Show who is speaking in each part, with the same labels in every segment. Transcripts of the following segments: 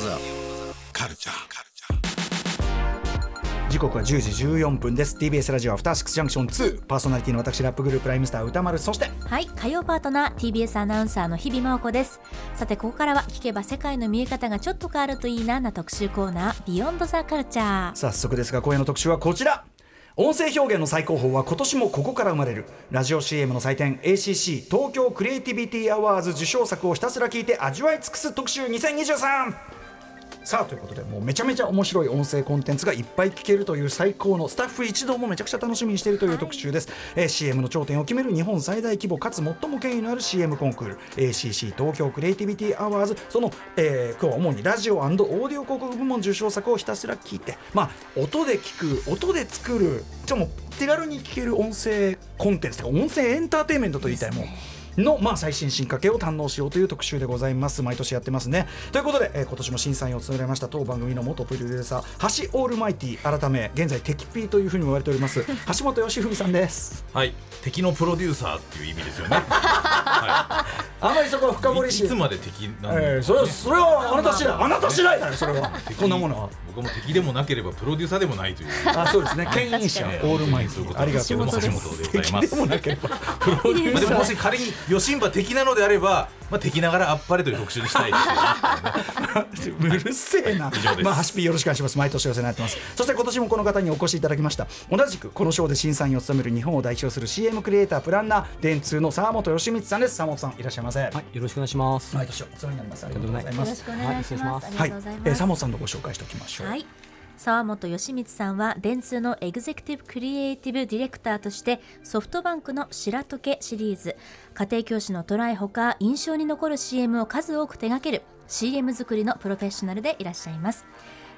Speaker 1: ザ
Speaker 2: カルチャーカルチ
Speaker 3: 時刻は10時14分です TBS ラジオアフターシックスジャンクション2パーソナリティの私ラップグループライムスター歌丸そして
Speaker 4: はい火曜パートナー TBS アナウンサーの日々真央子ですさてここからは聞けば世界の見え方がちょっと変わるといいなな特集コーナービヨンドザカルチャー
Speaker 3: 早速ですが今夜の特集はこちら音声表現の最高峰は今年もここから生まれるラジオ CM の祭典 ACC 東京クリエイティビティアワーズ受賞作をひたすら聞いて味わい尽くす特集2023さあということでもうめちゃめちゃ面白い音声コンテンツがいっぱい聞けるという最高のスタッフ一同もめちゃくちゃ楽しみにしているという特集です、えー CM の頂点を決める日本最大規模かつ最も権威のある CM コンクール ACC 東京クリエイティビティアワーズその、えー今日は主にラジオオーディオ広告部門受賞作をひたすら聞いてまあ音で聞く音で作るちょっともう手軽に聞ける音声コンテンツというか音声エンターテインメントと言いたいもんの、まあ、最新進化系を堪能しようという特集でございます。毎年やってますね。ということで、えー今年も審査員を務められました当番組の元プロデューサー、橋オールマイティ、改め、現在、テキピーというふうにも言われており ます、橋本義文さんです。
Speaker 2: ーはい敵のプロデューサーっていう意味ですよね
Speaker 3: あまりそこは深掘
Speaker 2: い
Speaker 3: りし
Speaker 2: つ
Speaker 3: て。
Speaker 2: まで敵なんだ
Speaker 3: えー、それはそれはあなた次第あなた次第だよそれは
Speaker 2: 敵
Speaker 3: こんなものは
Speaker 2: 僕も敵でもなければプロデューサーでもないと いう
Speaker 3: あそうですね牽引者オ
Speaker 2: ね
Speaker 3: ールマイテ
Speaker 2: そういうこ
Speaker 3: ィ
Speaker 2: と
Speaker 3: ありがと
Speaker 2: 橋
Speaker 3: うご
Speaker 2: 本
Speaker 3: ざい
Speaker 2: で
Speaker 3: ま
Speaker 2: ご
Speaker 3: す
Speaker 2: ざいます
Speaker 3: もなければ
Speaker 2: まあでももし仮にヨシンバ敵なのであれば、まあ、敵ながらあっぱれという特集にしたい ですよね
Speaker 3: うるせえな
Speaker 2: 以上で。す
Speaker 3: まあ、ハシピーよろしくお願いします。毎年お世話になってます。そして今年もこの方にお越しいただきました。同じくこの賞で審査員を務める日本を代表する CM クリエイター、プランナー、電通の沢本義光さんです。沢本さん、いらっしゃいませ。
Speaker 5: はい、よろしくお願いします。
Speaker 3: 毎年お世話になります。ありがとうございま
Speaker 4: よろ
Speaker 3: す
Speaker 4: し。くお願いします、
Speaker 3: は
Speaker 4: あ
Speaker 3: い
Speaker 4: りがとうござい、
Speaker 3: えー
Speaker 4: ます、
Speaker 3: 沢本さんのご紹介しておきましょう。
Speaker 4: はい沢本義光さんは電通のエグゼクティブクリエイティブディレクターとしてソフトバンクの「白解け」シリーズ家庭教師のトライほか印象に残る CM を数多く手掛ける CM 作りのプロフェッショナルでいらっしゃいます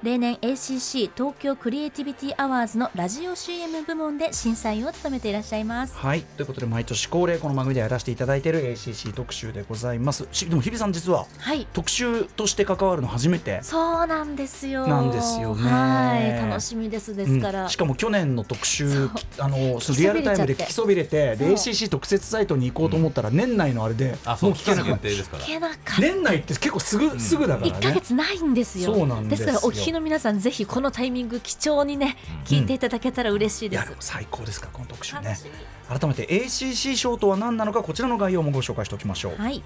Speaker 4: 例年 ACC 東京クリエイティビティアワーズのラジオ CM 部門で審査員を務めていらっしゃいます
Speaker 3: はいということで毎年恒例この番組でやらせていただいている ACC 特集でございますしでも日比さん実は
Speaker 4: はい
Speaker 3: 特集として関わるの初めて
Speaker 4: そうなんですよ
Speaker 3: なんですよね
Speaker 4: はい楽しみですですから、
Speaker 3: うんしかも去年の特
Speaker 4: そ
Speaker 3: 集
Speaker 4: う
Speaker 3: あのそのリアル
Speaker 4: 聞きそびれちゃ
Speaker 3: タ
Speaker 4: っ
Speaker 3: イム
Speaker 4: て
Speaker 3: で聞きそびれてで
Speaker 4: そう
Speaker 3: ACC 特設サイトに行こうと思ったら年内のあれで
Speaker 2: あそ
Speaker 3: も
Speaker 2: う
Speaker 3: う聞けなく
Speaker 2: 限
Speaker 3: なっ
Speaker 2: 定ですから
Speaker 4: 聞けなかった
Speaker 3: た年内って結構すぐすぐだから
Speaker 4: 1か
Speaker 3: ね
Speaker 4: 月ないんですよ
Speaker 3: そうなんですよ
Speaker 4: からお聞きの皆さんぜひこのタイミング貴重にね聞いていただけたら嬉しい
Speaker 3: い
Speaker 4: で
Speaker 3: や
Speaker 4: す
Speaker 3: でも、最高ですからこの特集
Speaker 4: 楽
Speaker 3: ね
Speaker 4: しみ
Speaker 3: 改めて ACC 賞とは何なのかこちらの概要もご紹介しておきましょう
Speaker 4: はい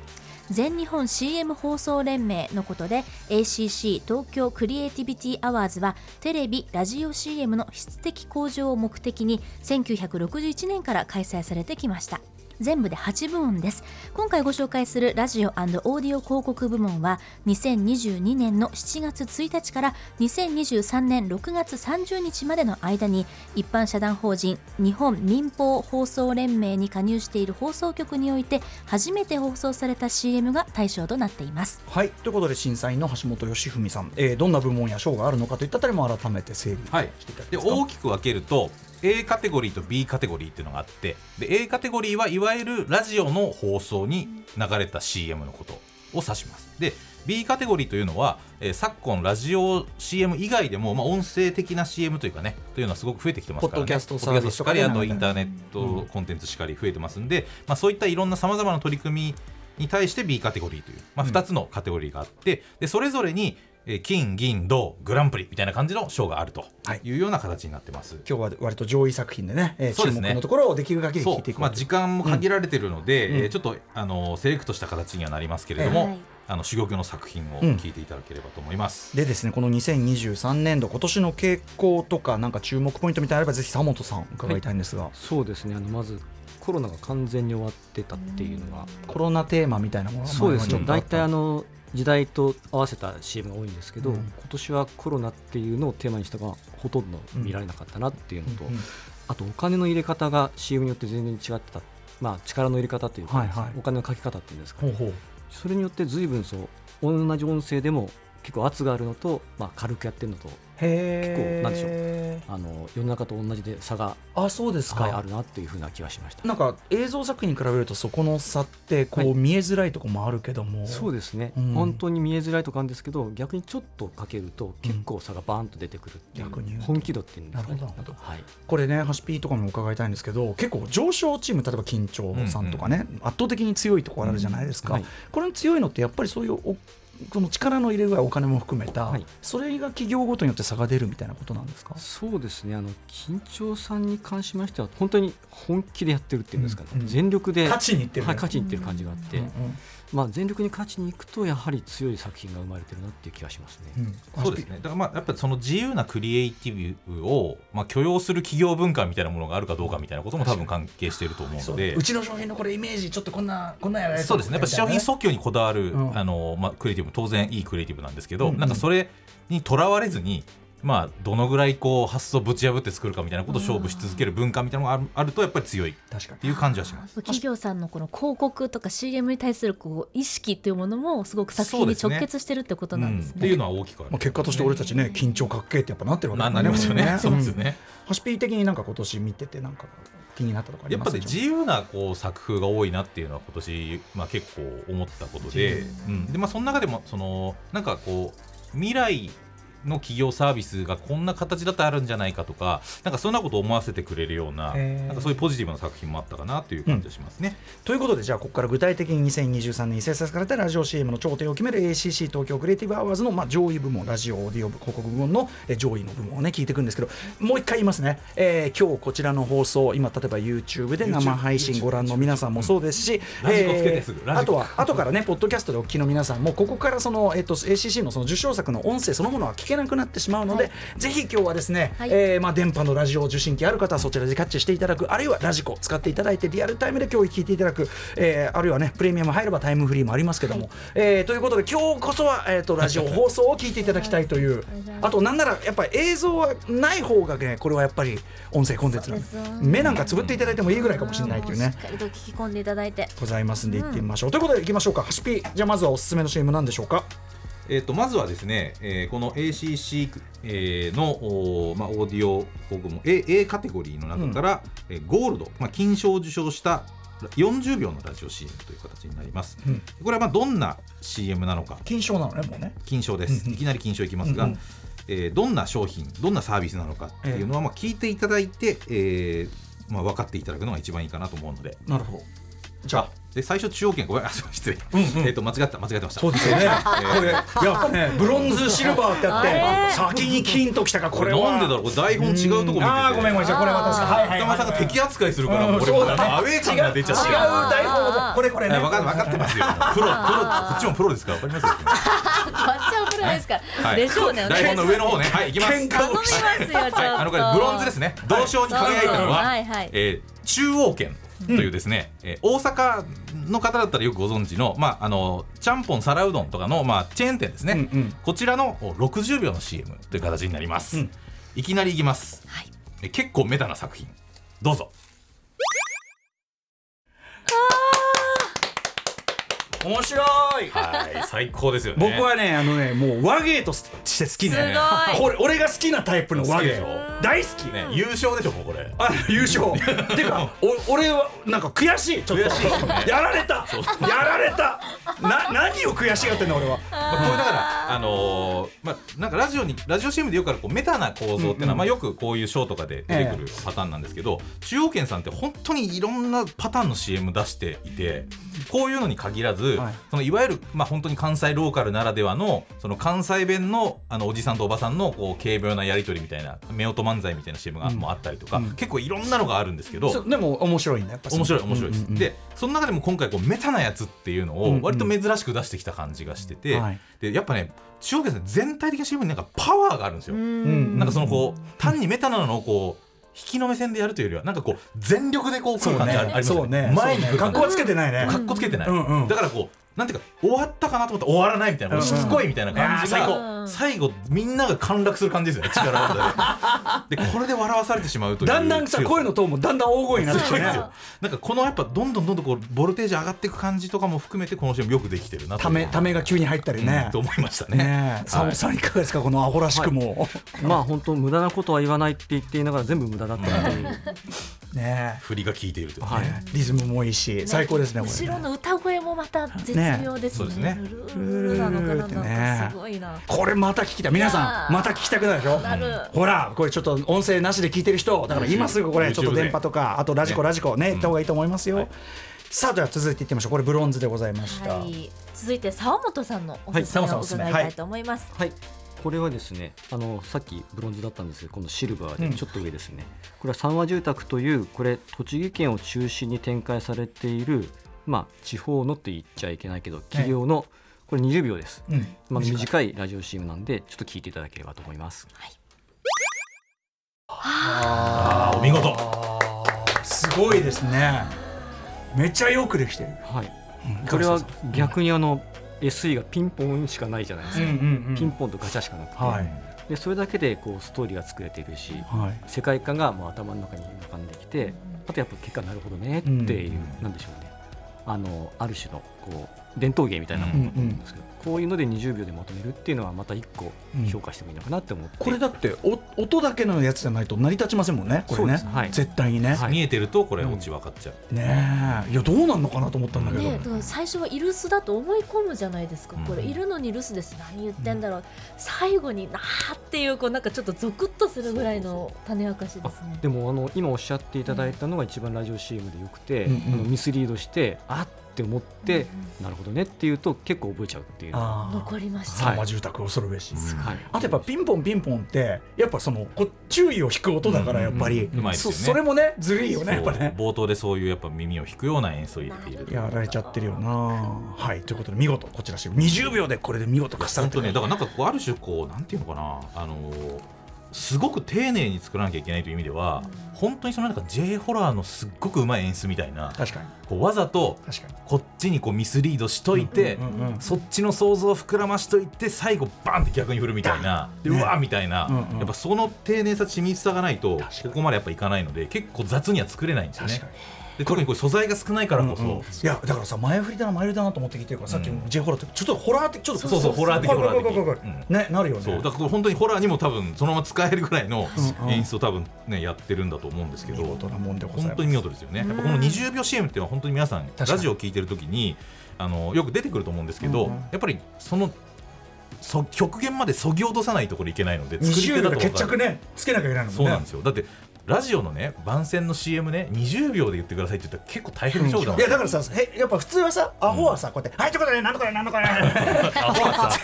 Speaker 4: 全日本 CM 放送連盟のことで ACC 東京クリエイティビティアワーズはテレビ・ラジオ CM の質的向上を目的に1961年から開催されてきました全部で8部門です今回ご紹介するラジオオーディオ広告部門は2022年の7月1日から2023年6月30日までの間に一般社団法人日本民放放送連盟に加入している放送局において初めて放送された CM が対象となっています
Speaker 3: はいということで審査員の橋本義文さん、えーどんな部門や賞があるのかといったあたりも改めて整理
Speaker 2: はい
Speaker 3: していただき
Speaker 2: で
Speaker 3: ますか、
Speaker 2: 大きく分けると A カテゴリーと B カテゴリーっていうのがあってで A カテゴリーはいわゆるラジオの放送に流れた CM のことを指しますで B カテゴリーというのは、えー昨今ラジオ CM 以外でも、まあ、音声的な CM というかねというのはすごく増えてきてますから、ね、
Speaker 3: ポッドキャスト
Speaker 2: ポッ
Speaker 3: サ
Speaker 2: ド
Speaker 3: ー
Speaker 2: キャス
Speaker 3: ビ
Speaker 2: ト
Speaker 3: ス
Speaker 2: し
Speaker 3: と
Speaker 2: か
Speaker 3: か
Speaker 2: り
Speaker 3: ね
Speaker 2: あとインターネットコンテンツしかり増えてますんで、まあ、そういったいろんなさまざまな取り組みに対して B カテゴリーという、まあ、2つのカテゴリーがあって、でそれぞれにえー金銀銅グランプリみたいな感じの賞があると
Speaker 3: はい
Speaker 2: いうような形になってます。
Speaker 3: 今日は割と上位作品でね、えー
Speaker 2: そう
Speaker 3: 注
Speaker 2: ですね
Speaker 3: 目のところをできる限り聞
Speaker 2: そ
Speaker 3: いていうこう
Speaker 2: まあ、
Speaker 3: と
Speaker 2: 時間も限られてるので、
Speaker 3: うん
Speaker 2: えーちょっとあのセレクトした形にはなりますけれども、
Speaker 4: はい
Speaker 2: あの珠玉の作品を
Speaker 3: うん
Speaker 2: 聞いていただければと思います。
Speaker 3: でですねこの2023年度今年の傾向とかなんか注目ポイントみたいなのあればぜひ佐本さん伺いたいんですが、
Speaker 5: そうですね。あのまずコロナが完全に終わってたっていうのが、
Speaker 3: コロナテーマみたいなものが
Speaker 5: そうです
Speaker 3: 前
Speaker 5: ね。
Speaker 3: 々
Speaker 5: 大
Speaker 3: ち
Speaker 5: 体
Speaker 3: ょっ
Speaker 5: あ
Speaker 3: とっ
Speaker 5: の時代と合わせた CM が多いんですけど、
Speaker 3: うん
Speaker 5: 今年はコロナっていうのをテーマにしたがほとんど見られなかったなっていうのと、
Speaker 3: たうんうん
Speaker 5: あとお金の入れ方が CM によって全然違ってた。まあ力の入れ方っていうか、
Speaker 3: はいはい
Speaker 5: お金のかけ方っていうんですか、
Speaker 3: ほう
Speaker 5: ね、
Speaker 3: ほう
Speaker 5: それによって随分そう同じ音声でも結構圧があるのと、まあ、軽くやってるのと
Speaker 3: へえ
Speaker 5: 結構なんでしょ
Speaker 3: でし
Speaker 5: あの世の中と同じで差が、
Speaker 3: ょうあそうですか、
Speaker 5: はい、あるなっていうふうな気がしました。
Speaker 3: なんか映像作品に比べるとそこの差ってこ
Speaker 5: は
Speaker 3: う
Speaker 5: い
Speaker 3: 見えづらいとこもあるけども、
Speaker 5: そうですね、
Speaker 3: うん
Speaker 5: 本当に見えづらいとかあるんですけど逆にちょっとかけると結構差がバーンと出てくるっていう、
Speaker 3: 逆に言うと
Speaker 5: 本気度っていうんですかね
Speaker 3: なるほどなるほど
Speaker 5: はい、
Speaker 3: これねハシピーとかにも伺いたいんですけど結構上昇チーム例えば緊張さんとかね、圧倒的に強いところあるじゃないですか、
Speaker 5: はい
Speaker 3: これに強いのってやっぱりそういうおこの力の入れ具合、お金も含めた、
Speaker 5: はい
Speaker 3: それが企業ごとによって差が出るみたいなことなんですか
Speaker 5: そうですねあの緊張さんに関しましては本当に本気でやってるっていうんですかね、
Speaker 3: うんうん
Speaker 5: 全力で
Speaker 3: 勝ちにいってるね
Speaker 5: はい、勝ちにいってる感じがあって、
Speaker 3: うんうん
Speaker 5: まあ、全力に勝ちにいくとやはり強い作品が生まれてるなっていう気がしますね。
Speaker 3: うん
Speaker 2: そうですねだからまあやっぱりその自由なクリエイティブをまあ許容する企業文化みたいなものがあるかどうかみたいなことも多分関係していると思う
Speaker 3: そ
Speaker 2: の
Speaker 3: う
Speaker 2: で
Speaker 3: うちの商品のこれイメージちょっとこんなこんなんやられ
Speaker 2: そうですねやっぱ商品
Speaker 3: そ
Speaker 2: 訴求にこだわる、
Speaker 3: うん
Speaker 2: あのまあ、クリエイティブも当然いいクリエイティブなんですけど、
Speaker 3: うんうん
Speaker 2: なんかそれにとらわれずに、まあ、どのぐらいこう発想ぶち破って作るかみたいなことを勝負し続ける文化みたいなのがあるあるとやっぱり強いっ
Speaker 3: 確かに
Speaker 2: ていう感じはします。
Speaker 4: 企業さんのこの広告とか CM に対するこう意識というものもすごく作品に直結してるってことなんです
Speaker 2: うんって
Speaker 4: ね。
Speaker 2: いうのは大きくある、
Speaker 3: まあ、結果として俺たちね緊張かっけえってやっぱなってるわけ
Speaker 2: ななりますよね。そうですよ
Speaker 3: ね
Speaker 2: ね。
Speaker 3: うんハシピー的になんか今年見ててなんか気になったとかあり
Speaker 2: やっ
Speaker 3: ま
Speaker 2: ぱ
Speaker 3: す
Speaker 2: り自由なこう作風が多いなっていうのは今年、まあ、結構思ったことで,、うんでまあ、その中でもそのなんかこう未来の企業サービスがこんな形だとあるんじゃないかとかなんかそんなことを思わせてくれるような
Speaker 3: へー
Speaker 2: なんかそういうポジティブな作品もあったかなという感じがしますね。
Speaker 3: ということでじゃあここから具体的に2023年に制作されたラジオ CM の頂点を決める ACC 東京クリエイティブアワーズの、まあ、上位部門ラジオオーディオ部広告部門のえー上位の部門をね聞いていくんですけどもう一回言いますね、えー今日こちらの放送今例えば YouTube で生配信ご覧の皆さんもそうですし、
Speaker 2: ラジコつけてすぐラジコ
Speaker 3: あとは後からねポッドキャストでお聞きの皆さんもここからその、えー、と ACC のその受賞作の音声そのものは聞けなくなってしまうので、ぜひ今日はですね、
Speaker 4: はい
Speaker 3: えーまあ、電波のラジオ受信機ある方はそちらでキャッチしていただくあるいはラジコ使っていただいてリアルタイムで今日聞いていただく、えーあるいはねプレミアム入ればタイムフリーもありますけども、えーということで今日こそは、えー、とラジオ放送を聞いていただきたいと いうあとなんならやっぱり映像はない方がねこれはやっぱり音声コンテンツなんで
Speaker 4: そうです
Speaker 3: 目なんかつぶっていただいてもいいぐらいかもしれないというね
Speaker 4: しっ。かりと聞き込んでいただいて。
Speaker 3: ございますんで行ってみましょう、ということで行きましょうかハシピじゃあまずはおすすめの CM なんでしょうか
Speaker 2: えー、とまずはですね、えーこの ACC、えーの、おーまあ、オーディオ広告も A, A カテゴリーの中から、えーゴールド、まあ、金賞を受賞した40秒のラジオ CM という形になります。
Speaker 3: うん
Speaker 2: これはまあどんな CM なのか
Speaker 3: 金賞なのねもうね
Speaker 2: 金賞です、
Speaker 3: うんうん
Speaker 2: いきなり金賞いきますが、
Speaker 3: うんうん
Speaker 2: えーどんな商品どんなサービスなのかっていうのは、まあ、聞いていただいて、えーまあ、分かっていただくのが一番いいかなと思うので
Speaker 3: なるほどじゃあ
Speaker 2: で最初中央圏ごめんあそう失礼、
Speaker 3: うんうん
Speaker 2: えー、と間違った間違ってました
Speaker 3: そうですよね。 これ
Speaker 2: ー
Speaker 3: やっぱね、ブロンズ、シルバーって あ
Speaker 4: あ
Speaker 3: っ
Speaker 4: れ
Speaker 3: て、先に金ときたか、こ
Speaker 2: こ
Speaker 3: れ
Speaker 2: れ
Speaker 3: は。
Speaker 2: なんでだろうこれ台本違うとこ見てて
Speaker 3: ああ、ごめん、ごめん、じゃあ、これ私、
Speaker 4: あー
Speaker 3: はい、はい。
Speaker 2: 玉井さんが敵扱いするから、
Speaker 3: うん
Speaker 2: もう俺
Speaker 3: そう
Speaker 2: も
Speaker 3: だね
Speaker 2: アウェー感が出ちゃって
Speaker 3: 違う台本だこれ、これね。
Speaker 2: 分か分かってますよプロプロこっちもプロですから分かります
Speaker 4: こっちはプロですから。
Speaker 2: よ、はい、
Speaker 4: でしょうね。
Speaker 2: 台本の上の方ねはい行きます
Speaker 3: 喧嘩
Speaker 4: 頼みますよちょっと。
Speaker 2: はい、あのこれブロンズですね銅賞に輝いたのは、
Speaker 4: そうはいはい
Speaker 2: えー中央圏というですね、えー大阪の方だったらよくご存知の、まあ、あのちゃんぽん皿うどんとかの、まあ、チェーン店ですね、
Speaker 3: うんうん
Speaker 2: こちらのお60秒の CM という形になります、
Speaker 3: うん
Speaker 2: いきなりいきます、
Speaker 4: はい
Speaker 2: えー結構メタな作品どうぞ
Speaker 3: 面白い。
Speaker 2: はい最高ですよね
Speaker 3: 僕はね、あのね、もう和芸として好きね。
Speaker 4: す
Speaker 3: こ
Speaker 4: ごい
Speaker 3: れ、俺が好きなタイプの和
Speaker 2: 好きで
Speaker 3: 芸
Speaker 2: しょ。
Speaker 3: 大好き。
Speaker 2: ね優勝でしょもうこれ
Speaker 3: あ優勝てかお俺はなんか悔しいちょっと
Speaker 2: 悔しいですね
Speaker 3: やられたやられたな何を悔しがってんの俺は
Speaker 2: まあ、これだから、あのーまあ、なんかラジオにラジオ CM でよくあるこうメタな構造っていうのは、まあ、よくこういうショーとかで出てくるパターンなんですけど、中央圏さんって本当にいろんなパターンの CM 出していてこういうのに限らず、
Speaker 3: はい
Speaker 2: い、そのいわゆる、まあ、本当に関西ローカルならではのその関西弁のあのおじさんとおばさんのこう軽妙なやり取りみたいな夫婦漫才みたいな CM が、
Speaker 3: うん
Speaker 2: もうあったりとか、
Speaker 3: うん
Speaker 2: 結構いろんなのがあるんですけど
Speaker 3: そ。うでも面白いねやっぱ
Speaker 2: 面白い面白いです、
Speaker 3: うんうんうん
Speaker 2: でその中でも今回こうメタなやつっていうの
Speaker 3: うんう
Speaker 2: を
Speaker 3: ん
Speaker 2: 割と珍しく出してきた感じがしてて、
Speaker 3: はい
Speaker 2: でやっぱね中央圏さん全体的な CM になんかパワーがあるんですよ、
Speaker 4: うん
Speaker 2: なんかそのこう単にメタなのをこう引きの目線でやるというよりはなんかこう全力でこう来
Speaker 3: そう
Speaker 2: る感じありあり
Speaker 3: ね
Speaker 2: ます
Speaker 3: そ
Speaker 2: よ
Speaker 3: うね
Speaker 2: 前に来る感
Speaker 3: 格
Speaker 2: じ
Speaker 3: 好はつけてないね
Speaker 2: かっこつけてない、
Speaker 3: うんうん
Speaker 2: だからこうなんていうか終わったかなと思ったら終わらないみたいな、
Speaker 3: うんうん
Speaker 2: しつこいみたいな感じが、
Speaker 4: あー
Speaker 2: 最後みんなが陥落する感じですよね力技ででこれで笑わされてしまうという
Speaker 3: だんだんさ
Speaker 2: 強さ
Speaker 3: 声のトーンもだんだん大声になってき
Speaker 2: そう
Speaker 3: て
Speaker 2: なんです
Speaker 3: ね
Speaker 2: よなんかこのやっぱどんどんどんどんこうボルテージ上がっていく感じとかも含めてこの CM よくできてるなと
Speaker 3: ためためが急に入ったりね、
Speaker 2: うんと思いましたね
Speaker 3: ねえ、サ
Speaker 2: は
Speaker 3: モ
Speaker 2: い
Speaker 3: さんいかがですか、このアホらしくも。
Speaker 5: まあ本当無駄なことは言わないって言っていながら全部無駄だったっていう
Speaker 3: ね
Speaker 2: 振りが効いているという
Speaker 3: え、
Speaker 5: はい
Speaker 3: ねえリズムもいいし、最高ですね、これ
Speaker 4: 後ろ
Speaker 3: ね。
Speaker 4: の歌声もまた絶妙ですね。
Speaker 2: ね
Speaker 4: ルールなのかななんかすごいな。
Speaker 3: これまた聞きたい、皆さん、また聞きたくなるでしょ
Speaker 4: なる。
Speaker 3: ほら、これちょっと音声なしで聞いてる人、だから今すぐこれ、
Speaker 2: YouTube
Speaker 3: ちょっと電波とか、あとラジコ、
Speaker 2: ね
Speaker 3: ラジコね、行った方がいいと思いますよ。さあでは続いていってみましょうこれブロンズでございました、
Speaker 4: はい、続いて沢本さんのおすす
Speaker 2: は
Speaker 4: め
Speaker 2: い沢本さん
Speaker 4: を
Speaker 2: おすすめ
Speaker 4: 伺いたいと思います。
Speaker 5: はい、これはですねあのさっきブロンズだったんですけどこのシルバー
Speaker 3: うん
Speaker 5: でちょっと上ですね、これは三和住宅というこれ栃木県を中心に展開されている、まあ、地方のって言っちゃいけないけど企業の、これ20秒です、
Speaker 3: うん
Speaker 5: まあ、短いラジオ CM なんでちょっと聞いていただければと思います
Speaker 2: あーお見事
Speaker 3: あーすごいですねめっちゃよくできてる、
Speaker 5: はい、
Speaker 3: うん
Speaker 5: これは逆にあの SE がピンポンしかないじゃないです
Speaker 3: うん
Speaker 5: か、
Speaker 3: うんうん
Speaker 5: ピンポンとガチャしかなくて、
Speaker 3: はい
Speaker 5: でそれだけでこうストーリーが作れているし
Speaker 3: はい
Speaker 5: 世界観がもう頭の中に浮かんできてあとやっぱ結果なるほどねっていう、
Speaker 2: うん
Speaker 5: なんでしょうねあのある種のこう伝統芸みたいなものだと思うんですけど、こういうので20秒でまとめるっていうのはまた一個評価してもいいのかなって思って、
Speaker 3: これだってお音だけのやつじゃないと成り立ちませんもんねこれね
Speaker 5: そうですはい
Speaker 3: 絶対にね、
Speaker 5: はい
Speaker 2: 見えてるとこれ落ち分かっちゃう、
Speaker 3: ねえいやどうなんのかなと思ったんだけど、
Speaker 4: で最初はイルスだと思い込むじゃないですか、
Speaker 2: うん
Speaker 4: これいるのに留守です何言ってんだろう、最後になーっていうこうなんかちょっとゾクッとするぐらいの種明かしですね
Speaker 5: でもあの今おっしゃっていただいたのが一番ラジオ CM でよくて、
Speaker 3: うんうん
Speaker 5: あのミスリードしてあって思って、なるほどねっていうと結構覚えちゃうっていうのは
Speaker 3: あ
Speaker 4: 残りました、
Speaker 3: あ、は住宅恐るべし、
Speaker 2: うん
Speaker 5: はい
Speaker 3: あとやっぱピンポンピンポンってやっぱそのこ注意を引く音だからやっぱり、
Speaker 5: うんうん
Speaker 2: うまいです
Speaker 3: そ
Speaker 2: よね
Speaker 3: それもねずるいよねやっぱね
Speaker 2: そう冒頭でそういうやっぱ耳を引くような演奏を入れている
Speaker 3: やられちゃってるよなはいということで見事こちらし20秒でこれで見事かさ
Speaker 2: 本
Speaker 3: んと
Speaker 2: 当ねだからなんかこうある種こうなんていうのかなあのーすごく丁寧に作らなきゃいけないという意味では、本当にそのなんか J ホラーのすっごくうまい演出みたいな
Speaker 3: 確かに
Speaker 2: こうわざと
Speaker 3: 確かに
Speaker 2: こっちにこうミスリードしといて、
Speaker 3: うんうんうん
Speaker 2: そっちの想像を膨らましといて最後バンって逆に振るみたいなでうわーみたいな、
Speaker 3: うんうん
Speaker 2: やっぱその丁寧さ緻密さがないとこ
Speaker 3: 確かに
Speaker 2: こまでやっぱいかないので結構雑には作れないんですよ
Speaker 3: 確
Speaker 2: ね
Speaker 3: かに
Speaker 2: で特にこれ素材が少ないからこそ、
Speaker 3: うんうんいやだからさ前振りだな前振りだなと思って聞いてるからさっき
Speaker 2: うん
Speaker 3: J ホラーってちょっとホラーってちょっと
Speaker 2: そうそうホラー的
Speaker 3: これ
Speaker 2: ホラー的
Speaker 3: これこれこれ
Speaker 2: うん
Speaker 3: ねなるよね
Speaker 2: そうだからこれ本当にホラーにも多分そのまま使えるぐらいの
Speaker 3: うんうん
Speaker 2: 演出を多分ねやってるんだと思うんですけど
Speaker 3: 見事なもんでございます
Speaker 2: 本当に見事ですよね
Speaker 4: うん
Speaker 2: やっぱこの20秒 CM っていうのは本当に皆さん
Speaker 3: かに
Speaker 2: ラジオを聞いてる時にあのよく出てくると思うんですけど
Speaker 3: うんうん
Speaker 2: やっぱりそのそ極限までそぎ落とさないとこれいけないので作り手
Speaker 3: 20
Speaker 2: だと
Speaker 3: 秒で
Speaker 2: 分
Speaker 3: 決
Speaker 2: か
Speaker 3: 着
Speaker 2: る
Speaker 3: ねつけなきゃいけないのも
Speaker 2: そ
Speaker 3: ん
Speaker 2: う
Speaker 3: ね
Speaker 2: なんですよだってラジオのね番宣の CM ね20秒で言ってくださいって言ったら結構大変でしょうだもん
Speaker 3: いやだからさへやっぱ普通はさアホはさこうやって「はいということで何とかで何とかで
Speaker 2: アホはさ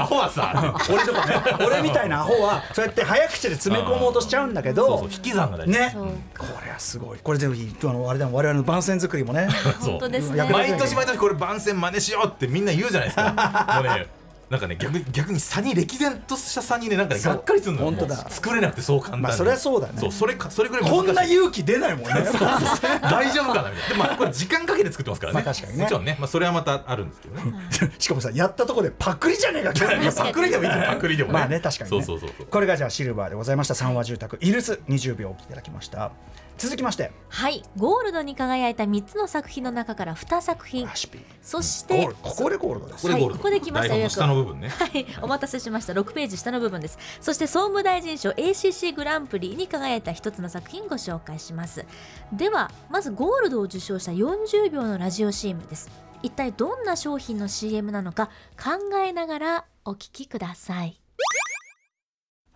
Speaker 2: アホはさ
Speaker 3: 俺とかね 俺みたいなアホはそうやって早口で詰め込もうとしちゃうんだけ
Speaker 2: そう
Speaker 3: ど
Speaker 2: そう引き算が大事
Speaker 3: ね
Speaker 4: そう
Speaker 3: これはすごいこれぜひあのあれだも我々の番宣作りもね
Speaker 2: そう
Speaker 4: 本当ですね
Speaker 3: やっぱり
Speaker 2: 毎年毎年これ番宣真似しようってみんな言うじゃないです かもうねなんかね逆逆に差に歴然とした差にねなんかね
Speaker 3: そう
Speaker 2: がっかりするのよ
Speaker 3: 本当だ
Speaker 2: もう作れなくてそう簡単に
Speaker 3: まあそれはそうだね
Speaker 2: そうそれかそれぐらい 難し
Speaker 3: こ
Speaker 2: い
Speaker 3: んな勇気出ない もんね
Speaker 2: 大丈夫かなみたいなでもまあこれ時間かけて作ってますからね
Speaker 3: まあ確かにね
Speaker 2: もちろんねまあそれはまたあるんですけどね
Speaker 3: しかもさやったとこでパクリじゃねえか今日
Speaker 2: いやパクリでもいい ですよパクリでも
Speaker 3: まあね確かに、ね、
Speaker 2: そうそうそうそう
Speaker 3: これがじゃあシルバーでございました三和住宅イルス20秒お聞きいただきました続きまして
Speaker 4: はいゴールドに輝いた3つの作品の中から2作品
Speaker 3: ラシピ
Speaker 4: そし
Speaker 3: ゴ
Speaker 4: て
Speaker 3: ールここでゴールドです
Speaker 2: これゴールド
Speaker 4: はいここで来ました
Speaker 2: 台本の下の部分ね
Speaker 4: はい、お待たせしました6ページ下の部分ですそして総務大臣賞 ACC グランプリに輝いた一つの作品ご紹介しますではまずゴールドを受賞した40秒のラジオ CM です一体どんな商品の CM なのか考えながらお聞きください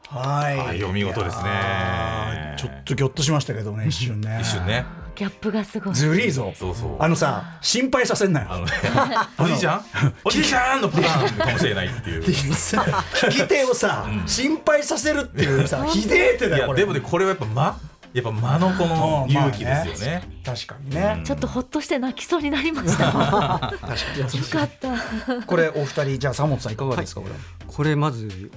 Speaker 3: はい、
Speaker 2: はいお見事ですね
Speaker 3: いやーちょっとぎょっとしましたけどね一瞬 ね
Speaker 2: 一瞬ね
Speaker 4: ギャップがすごい
Speaker 3: ずるいぞ
Speaker 2: そうそう
Speaker 3: あのさ心配させんなよ
Speaker 2: あのねおじいちゃんおじいちゃんのパターンかもしれないって いう
Speaker 3: っていうさ聞き手をさ、
Speaker 2: うん
Speaker 3: 心配させるっていうさひでえ手
Speaker 2: い
Speaker 3: だよ
Speaker 2: や
Speaker 3: これ
Speaker 2: でもねこれはやっぱ間やっぱ間のこの
Speaker 3: うんまあ
Speaker 2: 勇気
Speaker 3: ね
Speaker 2: ですよね
Speaker 3: 確かにね、
Speaker 4: ちょっとほっとして泣きそうになりました よかった
Speaker 3: これお二人じゃあ佐本さんいかがですか、こ
Speaker 5: これまず